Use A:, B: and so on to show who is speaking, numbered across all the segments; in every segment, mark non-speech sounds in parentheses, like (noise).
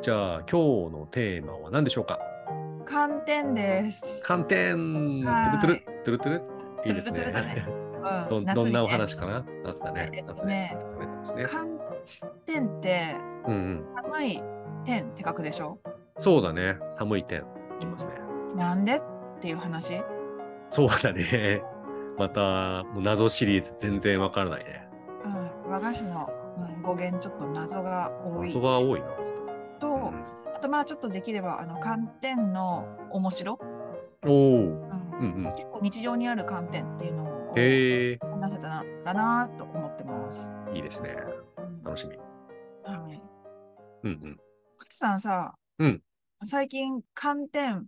A: じゃあ今日のテーマは何でしょうか
B: 寒天です。
A: 寒天
B: はい
A: トゥルトゥルトゥルトゥルいいです
B: トゥルトゥル
A: ね。
B: うん
A: どん
B: 夏
A: ど
B: に
A: ん
B: ね
A: なお話かな夏だね。
B: 夏
A: 夏
B: ですね
A: ね。食べてますね。
B: 寒天って
A: うんうん。
B: 寒い天って書くでしょ
A: そうだね。寒い天きますね。
B: なんでっていう話
A: そうだね。 (laughs) またもう謎シリーズ全然わからないね。
B: うん、和菓子の、うん語源ちょっと謎が多い
A: 謎が多いな。
B: と、
A: うん
B: あとまあちょっとできればあの寒天の面白、
A: おお。
B: うん
A: うんうん。
B: 結構日常にある寒天っていうのを
A: へえ。
B: 話せたらなと思ってます。
A: いいですね。
B: うん
A: 楽しみ。
B: はい、
A: うんうん。
B: 勝さんさ、
A: うん
B: 最近寒天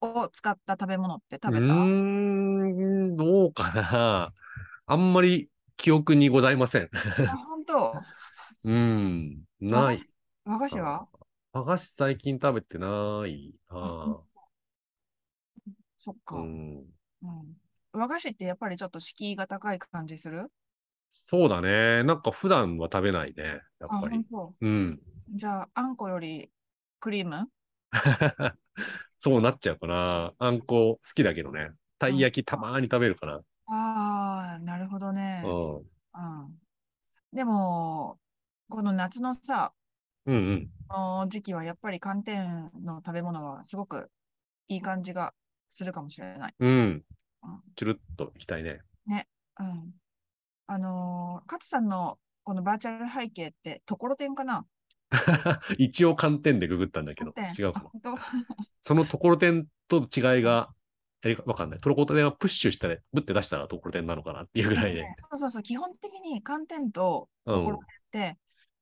B: を使った食べ物って食べ
A: う
B: た、
A: ーん、どうかな。あんまり記憶にございません。
B: あ本当
A: うん、
B: 和
A: な
B: 菓
A: い
B: 子。和菓子は
A: 和菓子最近食べてないな。
B: そっか、
A: う
B: うん
A: ん、
B: 和菓子ってやっぱりちょっと敷居が高い感じする
A: そうだね。なんか普段は食べないね。やっ
B: あ、
A: ぱ
B: 本
A: り。
B: 当。
A: うん。
B: じゃあ、あんこよりクリーム
A: そうなっちゃうかな。あんこ好きだけどね。たい焼きたまーに食べるかな。
B: ああ、なるほどね。
A: う。
B: うん
A: うん
B: ん。でも、この夏のさ、
A: うん。
B: この時期はやっぱり寒天の食べ物はすごくいい感じがするかもしれない。
A: うん。チュルッといきたいね。 (laughs)
B: うん。あのー、勝さんのこのバーチャル背景ってところてんかな
A: 一応寒天でググったんだけど、
B: 寒
A: 違
B: 天
A: う
B: あ
A: かも。
B: 本当
A: そのところてんと違いが、え、わかんない。ところてんはプッシュしたね、ぶって出したらところてんなのかなっていうぐらいで。
B: そうそうそう、基本的に寒天と
A: う
B: とこ
A: ん
B: ろ。てんって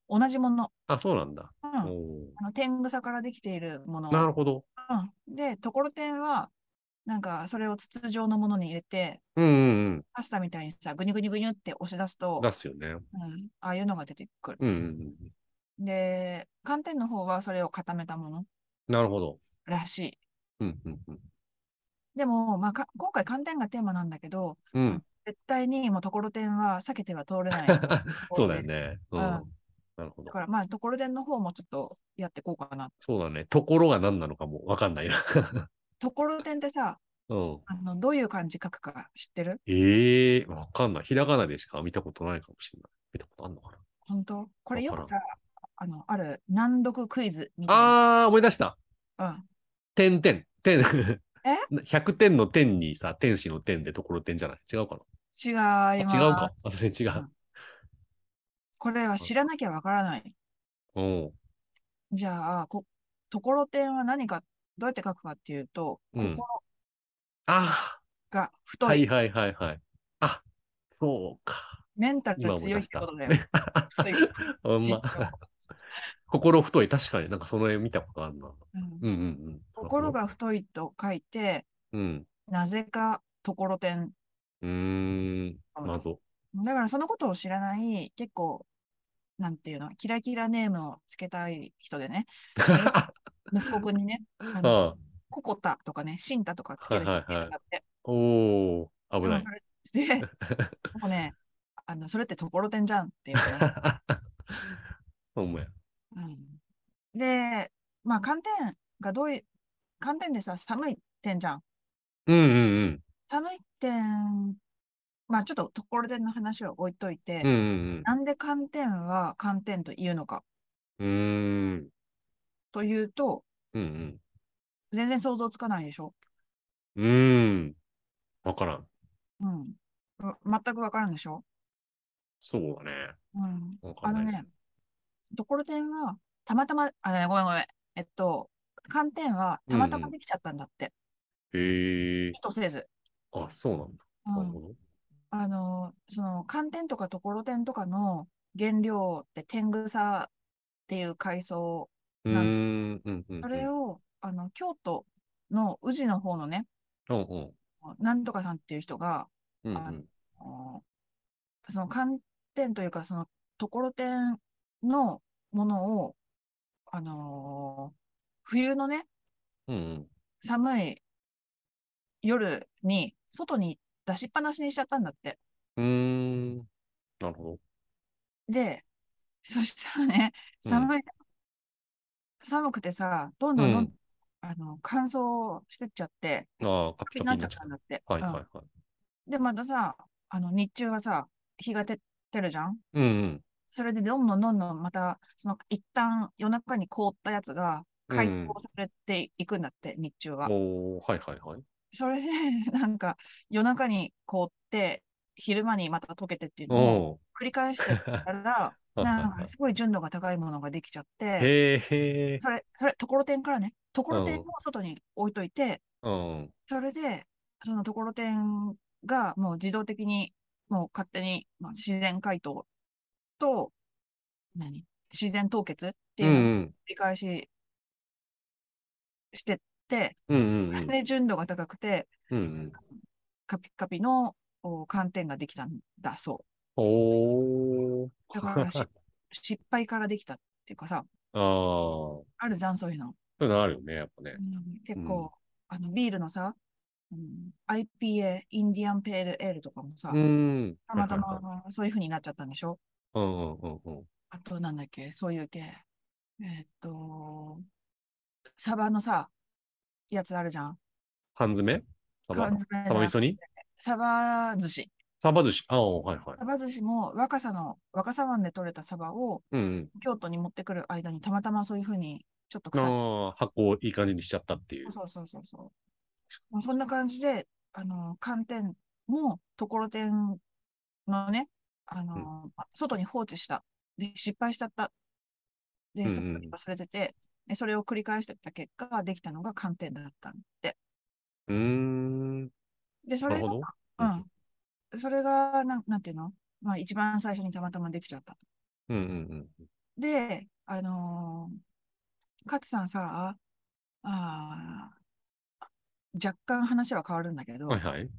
B: 同じもの。
A: あ、そうなんだ。
B: うん。
A: お
B: あ
A: ー
B: の天草からできているもの。
A: なるほど。
B: うん、で、ところてんは、なんかそれを筒状のものに入れて、
A: うんうん
B: パスタみたいにさ、ぐにゅぐにゅぐにゅって押し出す
A: うん。
B: と、
A: 出すよね。
B: うん、ああいうのが出てくる。
A: うんうんうん。
B: で、寒天の方はそれを固めたもの
A: なるほど。
B: らしい。
A: うんうんうん。
B: でも、まあ、か今回寒天がテーマなんだけど、
A: うん。
B: 絶対にもうところてんは避けては通れないだか
A: (laughs) そうだよね。うん。
B: うん
A: なるほど。
B: らまあ、ところてんの方もちょっとやっていこうかな。
A: そうだね。ところが何なのかもわかんないな。
B: ところてんってさ、
A: うん。
B: あのどういう漢字書くか知ってる
A: ええー、わかんない。ひらがなでしか見たことないかもしれない。見たことあんのかな
B: 本当これよ
A: わ
B: く
A: か
B: さ、あの、ある難読クイズみたいな。
A: あー、思い出した。
B: うん
A: 点点点。
B: え
A: (laughs) ?100 点の点にさ、天使の点でところ点じゃない違うか
B: 違い
A: な
B: ます。
A: あ違うか。あ、それ違う。
B: これは知らなきゃわからない。
A: うん。
B: じゃあ、こ、ところてんは何か、どうやって書くかっていうと、
A: うん
B: 心
A: あ
B: が
A: ー
B: 太
A: はい
B: い、
A: はいはいはい。あ、そうか。
B: メンタル
A: 今
B: が
A: 思い
B: 強
A: 出
B: いっ
A: してた。
B: ことだよ。太い。
A: (laughs) ほんま
B: 実況。
A: 心太い。確かになんかその絵見たことあるな。
B: うん
A: (laughs) うんうんうん。
B: 心。が太いと書いて、
A: うん。
B: なぜかところてん。
A: うーん。謎。
B: だからそのことを知らない、結構、なんていうの、キラキラネームをつけたい人でね、
A: (laughs) あ
B: 息子くんにね、あの、
A: (laughs) あ。
B: ココタとかね、シンタとかつける人がいるんだって。
A: おー。危ない。
B: で (laughs) もそれで、もうね、あの、それってところてんじゃんってい
A: (laughs)
B: う話。
A: ほんまや。
B: うんで、まあ、寒天がどういう、寒天でさ、寒い点じゃん。
A: うんうん
B: 寒い点、まあ、ちょっとところでの話を置いといて、
A: うん。うんうん
B: なんで寒天は寒天というのか
A: うん。うーん。
B: というと、
A: うんうん。
B: 全然想像つかないでしょ。
A: うーん。わからん。
B: うん。う全くわからんでしょ。
A: そうだね。
B: うん。
A: わか
B: あ
A: んな
B: の
A: い。
B: ね、ところてんは、たまたま、あ、ごめんごめん。えっと、寒天はたまた
A: うんう
B: ま
A: ん
B: できちゃったんだって。
A: へえ。
B: 意図せず。
A: あ、そうなんだ。
B: う
A: なる
B: ん
A: ほど。
B: あの、その寒天とかところてんとかの原料って天草っていう海藻、
A: うーん。うんうんうん。
B: それをあの京都の宇治の方のね、
A: うんうん。
B: なんとかさんっていう人が、
A: うん
B: あ
A: う
B: の
A: ん。
B: あのその寒天というか、そのところてんのものを、あのー冬のね、
A: うんうん。
B: 寒い夜に外に出しっぱなしにしちゃったんだって。
A: うーん。なるほ
B: (laughs) で、そしたらね、
A: うん
B: 寒い寒くてさ、どんどんどん、あの乾燥してっちゃって、
A: ああ、カ
B: 気
A: ピ
B: に
A: カ
B: な
A: ピになっ
B: っちゃっ
A: ちゃ
B: た
A: っ
B: んだって。
A: た。はい
B: うん
A: はいはい。
B: で、またさ、あの日中はさ、日が照ってるじゃん。
A: うんうん。
B: それでどんどんどんどんまた、その一旦夜中に凍ったやつが解凍されていくんだって、日中は。
A: おー、はいはいはい。
B: それで、 (laughs) なんか夜中に凍って、昼間にまた溶けてっていうのを
A: お
B: 繰り返して
A: ー。
B: た
A: (laughs)
B: ら、なんかすごい純度が高いものができちゃって、
A: へえ。
B: それ、それ、ところてんからね、ところてん
A: う
B: を
A: ん
B: 外に置いといて、
A: うん。
B: それで、そのところてんがもう自動的に、もう勝手に、まあ、自然解凍と、何自然凍結って
A: う
B: い
A: んう
B: うのを繰
A: ん。
B: り返ししてって、
A: うんうんうん。
B: で、純度が高くて、
A: うんうん。
B: カピカピのお寒天ができたんだそ
A: おー。
B: う。だからし失敗からできたっていうかさ、
A: ああ。
B: あるじゃん、そういうの。
A: そういうのあるよね、やっぱね
B: う。ん結構、あの、ビールのさ、うん、IPA、インディアンペールエールとかもさ、
A: うん。
B: たまた
A: はいはいはい
B: まそういう風になっちゃったんでしょ
A: うんうんうんうん。
B: あと、なんだっけ、そういう系。えーっと、サバのさ、やつあるじゃん。
A: 缶詰サバ
B: 缶詰じゃなくて
A: サバ味噌煮
B: サバ寿司。
A: サバ寿司。ああ、はいはい
B: サ。バ寿司も若さの、若さ湾で取れたサバを
A: うんうん。
B: 京都に持ってくる間にたまたまそういう風にちょっと腐って
A: ああ、発酵いい感じにしちゃったっていう。
B: そうそうそうそう。まあそんな感じで、あの、寒天も、ところてんのね、あの、あ外に放置した。で、失敗しちゃった。
A: うん
B: で、
A: うん
B: そこに忘れてて、でそれを繰り返してった結果、できたのが寒天だったんで。
A: うーん。
B: で、そ
A: な
B: れ
A: るほ
B: が、
A: ど。
B: うん。それが、なん、なんていうのまあ、一番最初にたまたまできちゃったと。
A: うんうん
B: で、あのー、勝さんさ、あー若干話は変わるんだけ
A: うん。
B: ど、
A: はいはい。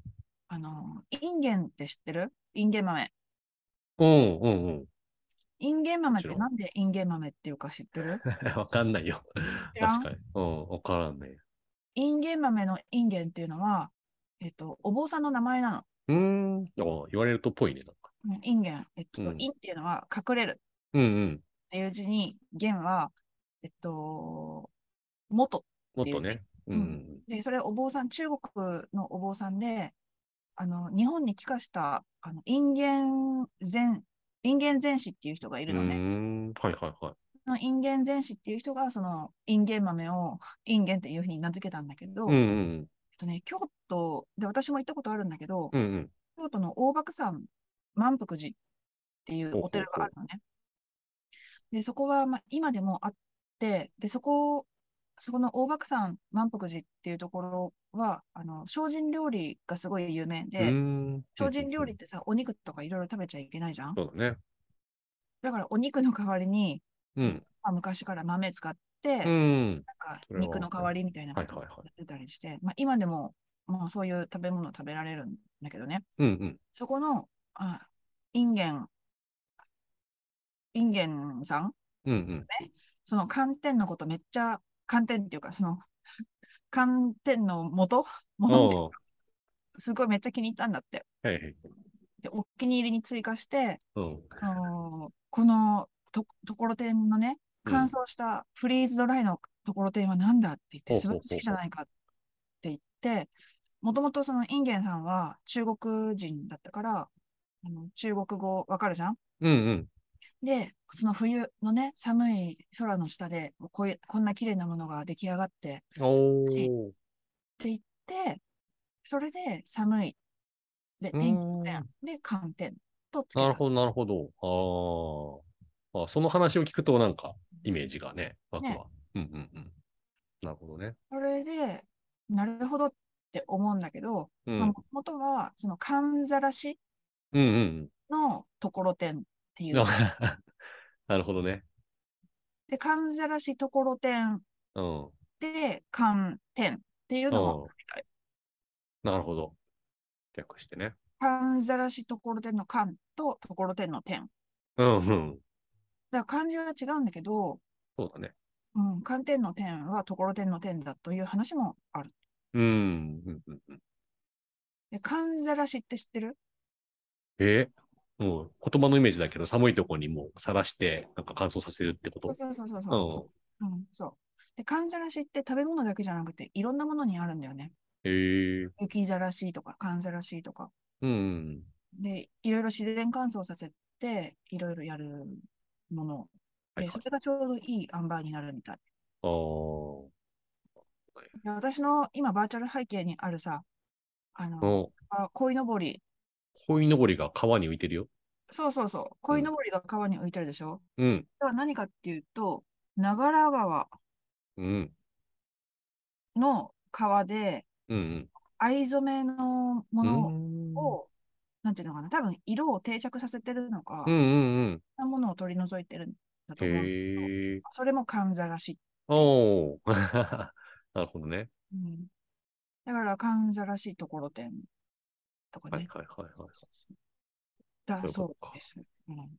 B: あの、インゲンって知ってるインゲン豆。
A: うんうんうん。 (laughs)
B: インゲン
A: も
B: 豆って
A: ちろん
B: なんでインゲン豆っていうか知っ
A: (laughs)
B: てる
A: わかんないよ。
B: 知らん
A: 確かに。うん、わからんね。
B: インゲン豆のインゲンっていうのは、えっと、お坊さんの名前なの。
A: うーん。お言われるとぽいね。なんか
B: うんインゲン。えっと、
A: うん
B: インっていうのは隠れる
A: うんうん。
B: っていう字に、ゲンは、えっと、元。
A: もっとね。うんうん
B: で、それお坊さん、中国のお坊さんで、あの、日本に帰化した、あの、インゲン禅、インゲン禅師っていう人がい
A: うん。う
B: るのね。
A: ーん。はいはいはい。
B: そのインゲン禅師っていう人が、そのインゲン豆をインゲンっていうふうに名付けたんだけど、
A: うん
B: えっ
A: うん
B: とね、京都で私も行ったことあるんだけど、
A: うん。うんうん。
B: 京都の大白山満福寺っていうお寺があるのね。で、そこはまあ今でもあって、で、そこ、そこの大白山満福寺っていうところは、あの精進料理がすごい有名
A: うー
B: で、
A: ん。
B: 精進料理
A: う
B: っ
A: ん
B: てさ、お肉とかいろいろ食べちゃいけないじゃん。
A: うんうん。そうだね。
B: だからお肉の代わりに、
A: うん。
B: まあ、昔から豆使って、
A: うん。
B: なんか
A: それは
B: 肉の代わりみたいなことを
A: はい
B: や
A: はいはい
B: ってたりして、まあ、今でも、まあ、そういう食べ物食べられるんだけどね、
A: うんうん。
B: そこのあインゲン、インゲンさん、
A: うんうん。
B: その寒天のことめっちゃ、寒天っていうか、その寒天の元元って
A: お
B: すごいめっちゃ気に入ったんだって。
A: はいはい。
B: で、お気に入りに追加して、
A: うん。
B: あのーこのとところてんのね、乾燥したフリーズドライのところてんはなんだって言って、
A: ほう
B: 素
A: ほう
B: 晴
A: ほう
B: らしいじゃないかって言って、もともとそのインゲンさんは中国人だったから、あの中国語わかるじゃん
A: うんうん。
B: で、その冬のね、寒い空の下でもうこういう、こんな綺麗なものが出来上がって、
A: おー。
B: で、それで寒い。で、
A: うーん
B: 天気の点で寒天とつけ
A: なる
B: た。
A: ほど、なるほど。あーあ。その話を聞くと、なんか、イメージがね、湧くわ。
B: ね
A: うんうんうん。なるほどね。
B: それで、なるほどって思うんだけど、
A: う
B: まあ、
A: ん
B: も。ともとは、その、寒ざらし
A: うんうん
B: のところてんっていう
A: うん。。あ (laughs) なるほどね。
B: で、寒ざらしところてん
A: うん。うん
B: で、寒天っていうのを、
A: なるほど。略してね。
B: 寒ざらしところてんの寒とところてんの天。
A: うんうん。
B: だから漢字は違うんだけど、
A: そうだね。
B: うん、寒天の天はところてんの天だという話もある。
A: うん。うんうんうん、
B: で、寒ざらしって知ってる
A: えもう言葉のイメージだけど、寒いとこにもうさらして、なんか乾燥させるってこ
B: そう
A: と
B: そうそうそう
A: う
B: そうん、そう。で、寒ざらしって食べ物だけじゃなくて、いろんなものにあるんだよね。
A: へえ
B: 雪ざらしとか、寒ざらしとか。
A: うんうん。
B: で、いろいろ自然乾燥させて、いろいろやるもの。
A: はい
B: で、
A: はい
B: それがちょうどいい塩梅になるみたい。
A: あー
B: で私の今、バーチャル背景にあるさ、あ
A: あ
B: の、
A: の。
B: あ鯉のぼり。
A: 鯉のぼりが川に浮いてるよ。
B: そうそうそう。鯉のぼりが川に浮いてるでしょ。
A: うん。
B: では何かっていうと、長良川
A: うん。
B: の川で、
A: うん
B: 藍染めのも
A: うん。
B: のを、なんていうのかな、多分色を定着させてるのか、
A: うんうんうん
B: そんなものを取り除いてるんだ
A: う
B: と
A: ん。
B: 思う。
A: へ
B: (laughs)
A: え。
B: それも寒ざらし。
A: おお。 (laughs) なるほどね。
B: うん、だから寒ざらしところてんとか
A: はい
B: ね。
A: はいはいはい。そう
B: だ
A: いう
B: そ
A: ことか
B: うです。うん、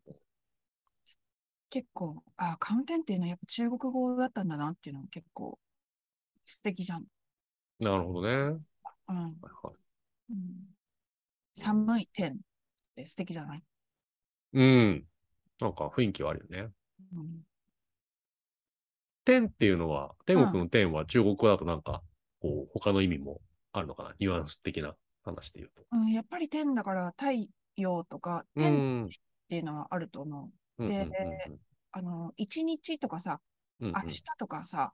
B: 結構、あ、寒天っていうのはやっぱ中国語だったんだなっていうのも結構素敵じゃん。
A: なるほどね。はい
B: うん
A: はい。
B: うん、寒い天って素敵じゃない、
A: うん。なんか雰囲気はあるよね。
B: うん、
A: 天っていうのは、天国の天は中国語だとなんか、こう、他の意味もあるのかな。ニュアンス的な話で言うと。
B: うん、やっぱり天だから太陽とか
A: うん
B: 天っていうのはあると思う。
A: うんうんうんうん。
B: あの、一日とかさ、
A: うんうん
B: 明日とかさ、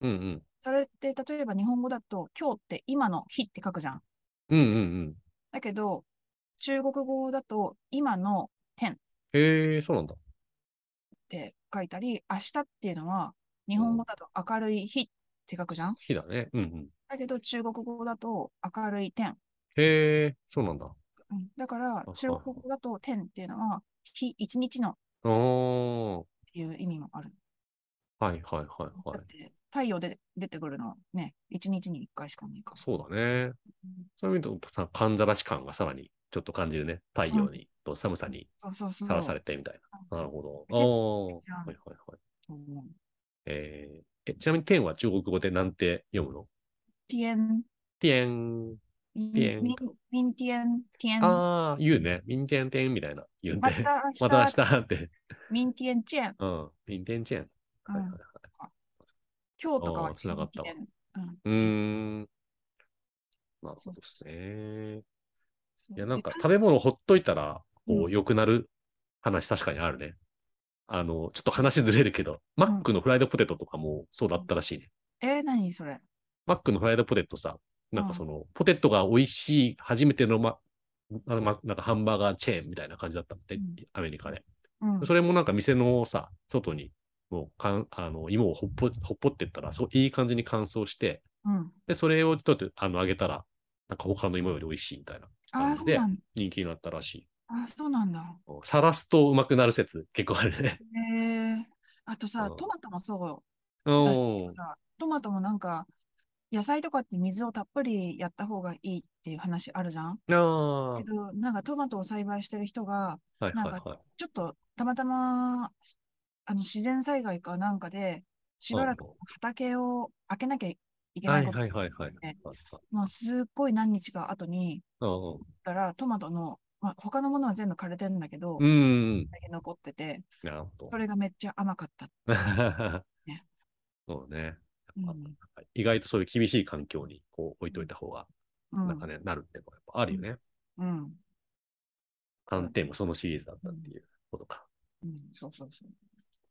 A: うんうん。
B: それって例えば日本語だと今日って今の日って書くじゃん。
A: うんうんうん。
B: だけど、中国語だと今の天っ
A: へえ、そうなんだ。
B: て書いたり、明日っていうのは日本語だと明るい日って書くじゃん。
A: 日だね。うんうん。
B: だけど中国語だと明るい天。
A: へえ、そうなんだ。
B: うんだから
A: あ
B: 中国語だと天っていうのは日、一日のっ
A: ああ。
B: ていう意味もある。
A: はいはいはいは
B: だ
A: い
B: っ。て太陽で出てくるのはね、一日に一回しかないから。
A: そうだね。
B: うん
A: そういう意味だとさ、寒ざらし感がさらにちょっと感じるね。太陽に、と寒さに
B: そうそうそう。
A: さらされてみたいな。なる
B: ほ
A: ほ
B: 結
A: ど。ああ。はい
B: じ
A: はいはい。
B: ど。
A: えーえちなみに天は中国語でなんて読むの
B: 天
A: 天。
B: 明
A: 天
B: 明明天天。
A: ああ、言うね。明天天みたいな。言うん
B: ま
A: で。
B: た明日。
A: また明日って。
B: 明天见。
A: うん。明天天。はいはいはい。
B: 今日とか
A: あ
B: は
A: ー繋がったわ
B: 明天うん
A: うーん。なるほ
B: そう
A: どですね。
B: そう
A: いや、なんか
B: で
A: 食べ物ほっといたら、こ
B: う
A: う、
B: ん
A: 良くなる話確かにあるね。あの、ちょっと話ずれるけど、マックのフライドポテトとかもそうだったらしいね。
B: えー、何それ。
A: マックのフライドポテトさ、なんかその、ポテトが美味しい、初めてのま、あのま、なんかハンバーガーチェーンみたいな感じだったって、
B: うん
A: アメリカで。
B: うん。
A: それもなんか店のさ、外に、もうかん、あの、芋をほっぽ、ほっぽってったら、そう、いい感じに乾燥して、
B: うん、
A: で、それをちょっと、あの、揚げたら、なんか他の芋より美味しいみたいな、
B: ああ、そうなんだ。
A: 人気になったらしい。
B: あーそうなんだ。
A: さらすとうまくなる説、結構あるね。
B: えー、あとさ、
A: うん
B: トマトも (laughs) そうだし
A: おー
B: さ、トマトもなんか、野菜とかって水をたっぷりやった方がいいっていう話あるじゃん。
A: あ
B: けど、なんかトマトを栽培してる人が、
A: あ、はい
B: なん
A: はい
B: か
A: はい。
B: ちょっとたまたまあの自然災害かなんかでしばらく
A: うんうん
B: 畑を開けなきゃいけ
A: は
B: ない
A: い
B: こと
A: はい
B: にな
A: はい
B: って
A: はい。
B: もうすっごい何日か後に
A: うん
B: だからトマトの、まあ、他のものは全部枯れてんだけど、
A: うん、うん、
B: だけ残ってて
A: なるほ
B: それがめっちゃ甘かった、
A: ど
B: ね。
A: そうね。
B: うん
A: 意外とそういう厳しい環境にこう置いといた方が、
B: うん
A: なんかね、なるってのはやっぱあるよね。
B: うん
A: 寒天もそのシリーズだったっていうことか。
B: うん、そうそうそう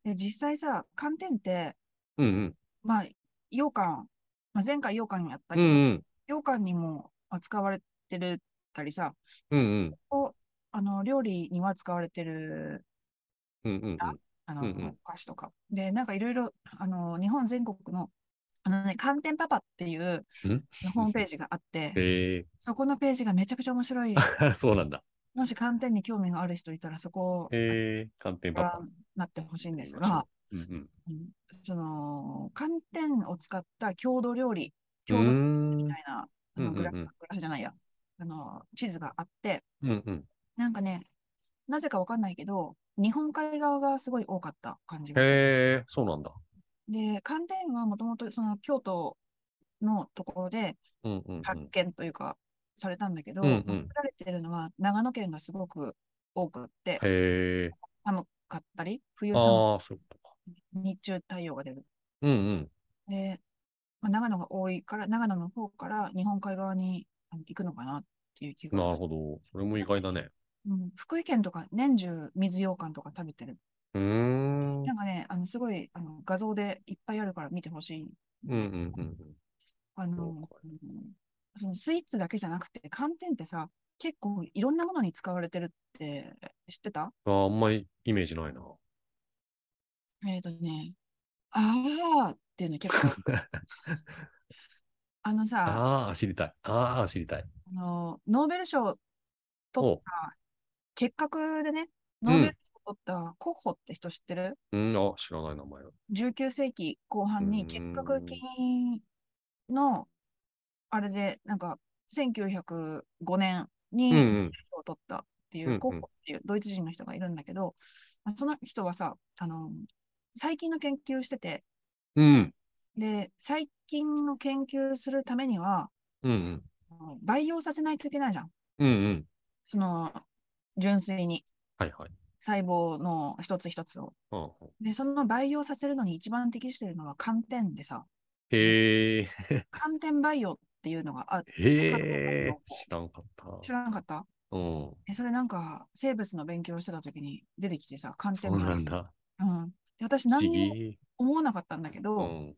B: で実際さ寒天って
A: うんうん。
B: まあ羊羹、まあ、前回羊羹やった
A: う
B: け
A: ん
B: ど、
A: うん。
B: 羊羹にも扱われてるったりさ
A: うんうん。
B: をあの料理には使われてる
A: うんうんうん。
B: あの、
A: うんうん
B: お菓子とか。で、なんかいろいろあの日本全国のあのね、寒天パパっていうんホームページがあって、
A: へえ
B: そこのページがめちゃくちゃ面白い。
A: (laughs) そうなんだ。
B: もし寒天に興味がある人いたら、そこを
A: へえ寒天
B: ご
A: パ
B: 覧
A: パ。
B: になってほしいんです
A: 見まし
B: が
A: ょ、うんうん。
B: うんその寒天を使った郷土料理、
A: うー
B: 郷土み
A: ん
B: たいなあの
A: うんうんうん
B: グラフ、グラフじゃないや、あの地図があって、
A: うんうん。
B: なんかね、なぜかわかんないけど、日本海側がすごい多かった感じがする。
A: へえそうなんだ。
B: で、寒天はもともとその京都のところで
A: うんうんう
B: 発
A: ん。
B: 見というか、されたんだけど、
A: うんうん
B: 作られてるのは長野県がすごく多くって、
A: へえ
B: 寒かったり、冬寒く
A: ああ、そういうことか。
B: 日中太陽が出る
A: うんうん。
B: で、まあ、長野が多いから、長野の方から日本海側にあの行くのかなっていう気が
A: なる
B: する。
A: ほど。それも意外だね。
B: うん、福井県とか年中水羊羹とか食べてる。
A: うーん。うん
B: なんかね、あのすごいあの画像でいっぱいあるから見てほしい。
A: うんうんうん。
B: あの
A: そ、
B: うんそのスイーツだけじゃなくて、寒天ってさ、結構いろんなものに使われてるって知ってた
A: あーあんまりイメージないな。
B: えっ、とね、あーっていうの結構、あのさ、
A: (laughs) ああ、知りたい。ああ、知りたい。
B: あのノーベル賞取
A: おう
B: っ。た、結核でね、
A: ん
B: ノーベル賞取ったコッホって人知ってる
A: うん、あ、知らない名前だ。
B: 19世紀後半
A: う
B: に
A: ん
B: 結核菌のあれでなんか1905年に
A: うんう
B: ノーベ
A: ん
B: ル賞を取ったってい
A: うんう
B: うんコッホっていうドイツ人の人がいるんだけど、まあその人はさあの細菌の研究をしてて
A: うん。
B: で細菌の研究するためには
A: うんうん。
B: あの培養させないといけないじゃん
A: うんうん。
B: その純粋に
A: はいはい。
B: 細胞の一つ一つを。
A: うん
B: でその培養させるのに一番適してるのは寒天でさ
A: へえ、
B: 寒天培養っていうのがあって、寒天培
A: へえ
B: 養、
A: 知らんかった。
B: 知らなかった
A: うん。
B: え、それなんか生物の勉強をしてた時に出てきてさ、寒
A: そ
B: 天
A: う
B: 培
A: な
B: 養。
A: んだ。
B: うん。で、私
A: 不思
B: 何にも
A: 議。
B: 思わなかったんだけ
A: う
B: ど、
A: ん。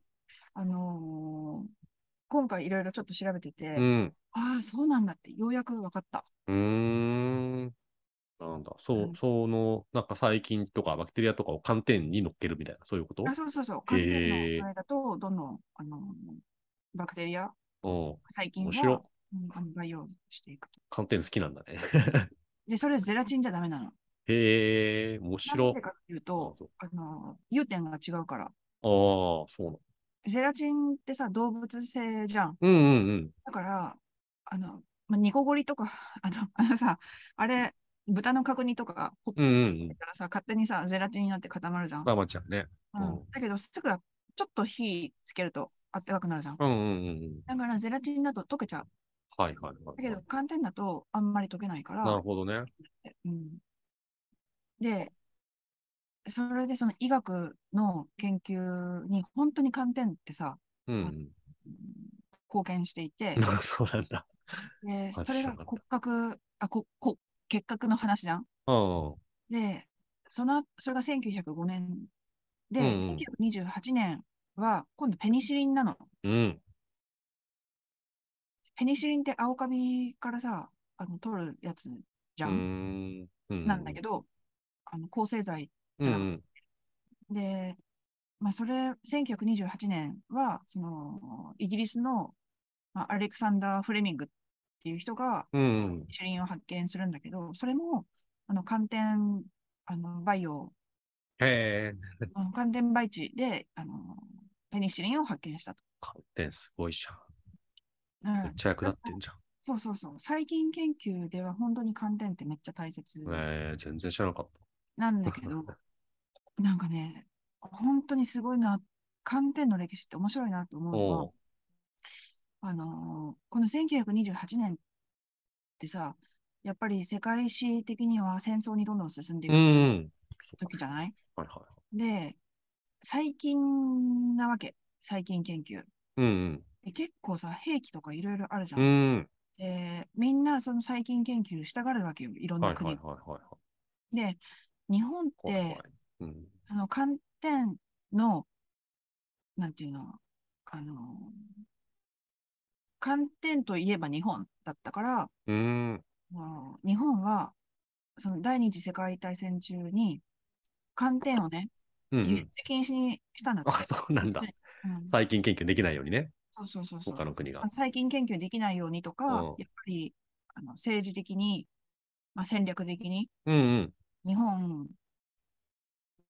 B: あのー今回いろいろちょっと調べてて、
A: うん。
B: ああ、そうなんだってようやく分かった。
A: うーん。なんだ。
B: う
A: そ
B: ん
A: う、その、なんか細菌とかバクテリアとかを寒天に乗っけるみたいな、そういうこと
B: あ、そうそうそう。寒
A: へ
B: 天
A: え
B: のあれだと、どんどん、あのーバクテリア、
A: うん。
B: 細菌
A: 面白い
B: が、うん、あの培養していくと。
A: 寒天好きなんだ (laughs) ね。
B: で、それゼラチンじゃダメなの。
A: へえ、面
B: なん
A: 白。
B: でかっていう
A: あ
B: と、あのー融点が違うから。
A: あー、そうなんだ。
B: ゼラチンってさ、動物性じゃん。
A: うんうんうん。
B: だから、あの、まあ、ニコゴリとか、 (laughs) あの、あのさ、あれ、豚の角煮とか、ほっ
A: うんうんうん。
B: たらさ、勝手にさ、ゼラチンになって固まるじゃん。
A: まあまあちゃんね。う
B: う
A: ん
B: ん、だけど、すぐ、ちょっと火つけると、あったかくなるじゃん。
A: うんうんうんうん。
B: だから、ゼラチンだと溶けちゃう。
A: はいはいは
B: だ
A: い
B: け
A: は
B: ど、寒天だと、あんまり溶けないか
A: い。なる
B: ら、
A: ほどね。
B: うん、で、それで、その医学の研究に、本当に寒天ってさ、
A: うん
B: うん貢献していて
A: うん。、 (laughs) そうなんだ。
B: で
A: あ
B: それ
A: 知ら
B: が
A: なか
B: 骨格、あ、こ、こ、結核の話じゃん。
A: うん。
B: で、その、それが1905年で、
A: うんうん
B: 1928年は今度ペニシリンなの。
A: うん。
B: ペニシリンって青カビからさ、あの、取るやつじ
A: う
B: ゃ
A: ー
B: ん。
A: ん。うん
B: なんだけど、あの、抗生剤
A: うんうん。
B: で、まあ、それ、1928年は、その、イギリスの、まあ、アレクサンダー・フレミングっていう人が、
A: うんうん。
B: ペニシリンを発見するんだけど、それも、あの、寒天、あの、培養
A: へえ。
B: あの寒天培地で、あのペニシリンを発見したと。
A: 寒天すごいじゃん。
B: うん
A: めっちゃ役立ってんじゃん。
B: そうそうそう。最近研究では本当に寒天ってめっちゃ大切
A: ええ、全然知らなかっ
B: なんだけど、なんかね、本当にすごいな、寒天の歴史って面白いなと思
A: た。
B: うのは
A: お、。
B: あのこの1928年ってさ、やっぱり世界史的には戦争にどんどん進んでいう
A: う
B: く
A: ん。
B: 時じゃない、
A: はいは
B: で、最近なわけ、最近研究。
A: い。うん
B: で結構さ、兵器とかいろいろあるじゃ
A: うん。うん。
B: で、みんなその細菌研究したがるわけよ、いろん
A: は
B: ない
A: はいはい
B: 国。
A: はい。
B: で、日本っ
A: 怖い怖い
B: て、。
A: うん。
B: その寒天の、なんていうの、あの、寒天といえば日本だったから、
A: うん。
B: もう日本は、その第二次世界大戦中に、寒天をね、
A: うんう
B: 輸出
A: ん。
B: 禁止にしたんだって。
A: あ、そうなんだ。
B: うん、
A: 最近研究できないようにね。
B: そうそうそうそう。
A: 他の国が
B: まあ。最近研究できないようにとか、
A: うん
B: やっぱりあの政治的に、まあ、戦略的に
A: うんうん。
B: 日本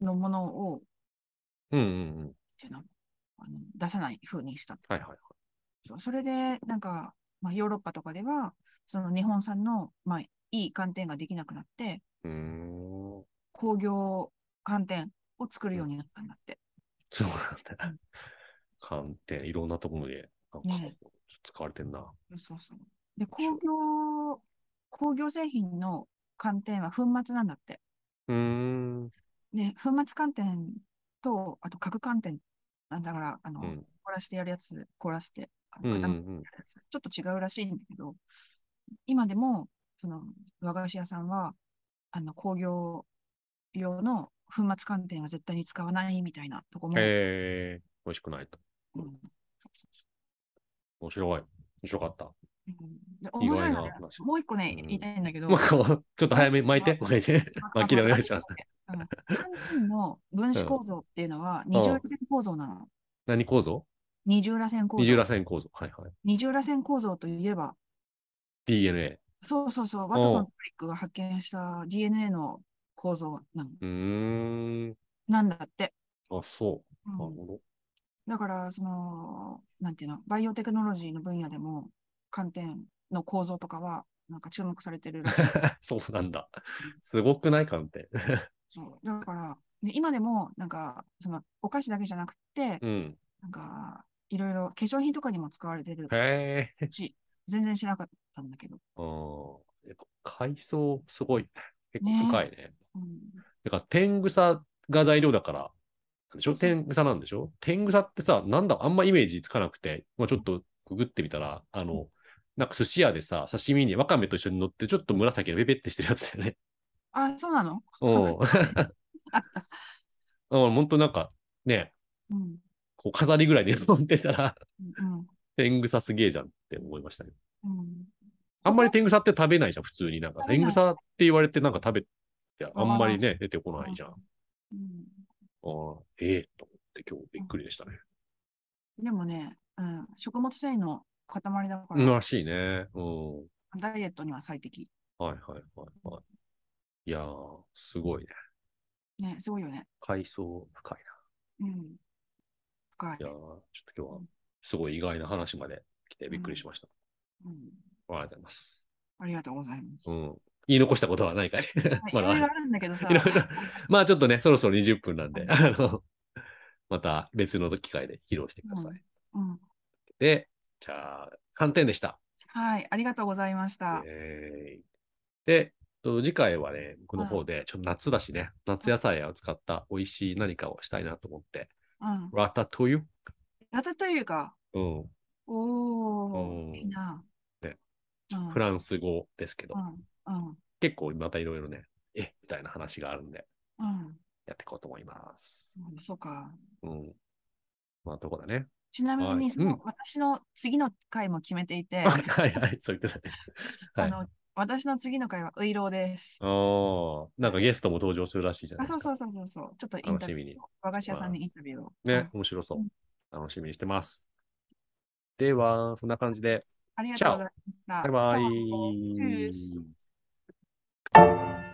B: のものをっ
A: うんうんうん。
B: ていうのあの出さない風にした
A: はいはいはい。
B: と。それで、なんか、まあ、ヨーロッパとかでは、その日本産の、まあ、いい寒天ができなくなって、
A: うーん。
B: 工業寒天を作るようになったんだって。
A: そうなんだ。寒天、いろんなところで、なんか、ちょっ
B: ね
A: と使われてんな。
B: そうそう。で、工業、工業製品の寒天は粉末なんだって。
A: うーん。
B: で、粉末寒天と、あと角寒天っなんだから、あの、
A: うん
B: 凍らしてやるやつ、凍らして、あ
A: うん
B: の
A: うん
B: 固めてやるやつ、ちょっと違うらしいんだけど、今でも、その、和菓子屋さんは、あの、工業用の粉末寒天は絶対に使わないみたいなとこも、
A: へえ、美味しくないと。
B: うんそうそうそ
A: 面白い。面白かった。
B: ううんで面白いの
A: 意外
B: で
A: な、話
B: もう一個ね、
A: うん
B: 言いたいんだけど、
A: まあ、こうちょっと早めに巻いて、
B: まあ
A: 巻いて。
B: あ
A: 巻きでお願いします。
B: あの寒天の分子構造っていうのは、二重らせん構造なの。
A: 何構造
B: 二重らせん構
A: 二重
B: 造
A: ら。せん構造。はいはい。
B: 二重らせん構造といえば、
A: DNA。
B: そうそうそう、ワトソ
A: うん
B: ン・トリックが発見した DNA の構造なの
A: うーん。
B: なんだって。
A: あ、そう。
B: う
A: なる
B: ん
A: ほ
B: だから、その、なんていうの、バイオテクノロジーの分野でも、寒天の構造とかは、なんか注目されてる (laughs) らしい。
A: ど。 (laughs) そうなんだ。すごくない観点。
B: そうだから、ね、今でも、なんか、その、お菓子だけじゃなくて、
A: うん。
B: なんか、いろいろ化粧品とかにも使われてる
A: へえ。
B: し、全然知らなかったんだけど。
A: うん。やっぱ海藻、すごい。結構深いね。
B: うん、
A: だから、天草が材料だから、でしょ天草なんでしょ天草ってさ、なんだ、あんまイメージつかなくて、まあ、ちょっとググってみたら、あの、なんか寿司屋でさ、刺身にわかめと一緒に乗って、ちょっと紫のペペってしてるやつだよね。
B: あ、そうなの
A: うん。
B: あった。
A: (laughs) うん、本当なんか、ね、
B: うん。
A: こう飾りぐらいで飲んでたら、 (laughs)
B: うん。
A: 天草すげえじゃんって思いましたね。
B: うん。
A: あんまり天草って食べないじゃん、普通になんか。
B: 食べ
A: 天
B: ない
A: 草って言われてなんか食べて、あんまりね、出てこないじゃん。あ
B: うん
A: あ、ええと思って今日びっくりでしたね。
B: でもね、うん、食物繊維の塊だか
A: うん、
B: ら、
A: らしいね。うん。
B: ダイエットには最適。
A: はいはいはいはい。いやー、すごいね。
B: ね、すごいよね。
A: 海藻深い
B: うん。深い
A: な。いやー、ちょっと今日はすごい意外な話まで来てびっくりしました。
B: うん。
A: ありがとうございます。
B: ありがとうございます。
A: う
B: はい
A: ん。言い残したことはないかい (laughs)
B: い
A: まだ
B: ろ
A: あ
B: いろ
A: る
B: あるんだけどさ、
A: いろいろ。まあちょっとね、そろそろ20分なんで、あの、 (laughs) また別の機会で披露してください。
B: うん。
A: で、じゃあ、3点でした。
B: はい、ありがとうございました。
A: えーで、と次回はね、僕の方で、ちょっと夏だしね、夏野菜を使った美味しい何かをしたいなと思って、
B: うん。
A: ラタトゥイユ
B: ラタトゥイユか。
A: うん、
B: お
A: うん
B: ー、いいな。
A: ね
B: うん。
A: フランス語ですけど、
B: うん。うん。
A: 結構またいろいろね、えみたいな話があるんで、
B: うん。
A: やっていこうと思います。
B: うんそうか。
A: うん。まあ、どこだね。
B: ちなみ
A: は
B: に
A: い、
B: その
A: うん
B: 私の次の回も決めていて、
A: (laughs) はいはいはい、そう言ってたね。は
B: あ
A: い。
B: の、私の次の回は、ういろうです。
A: ああ、なんかゲストも登場するらしいじゃな
B: あ、
A: いで
B: そ
A: す
B: う
A: か。
B: そうそうそうそう。ちょっとイン
A: 楽
B: タ
A: し
B: ビュー、
A: みに。
B: 和菓子屋さんにインタビューを。
A: ね、面白そう
B: うん。
A: 楽しみにしてます。では、そんな感じで、
B: ありがとうございました。
A: バイバ
B: チャオチュース
A: イ。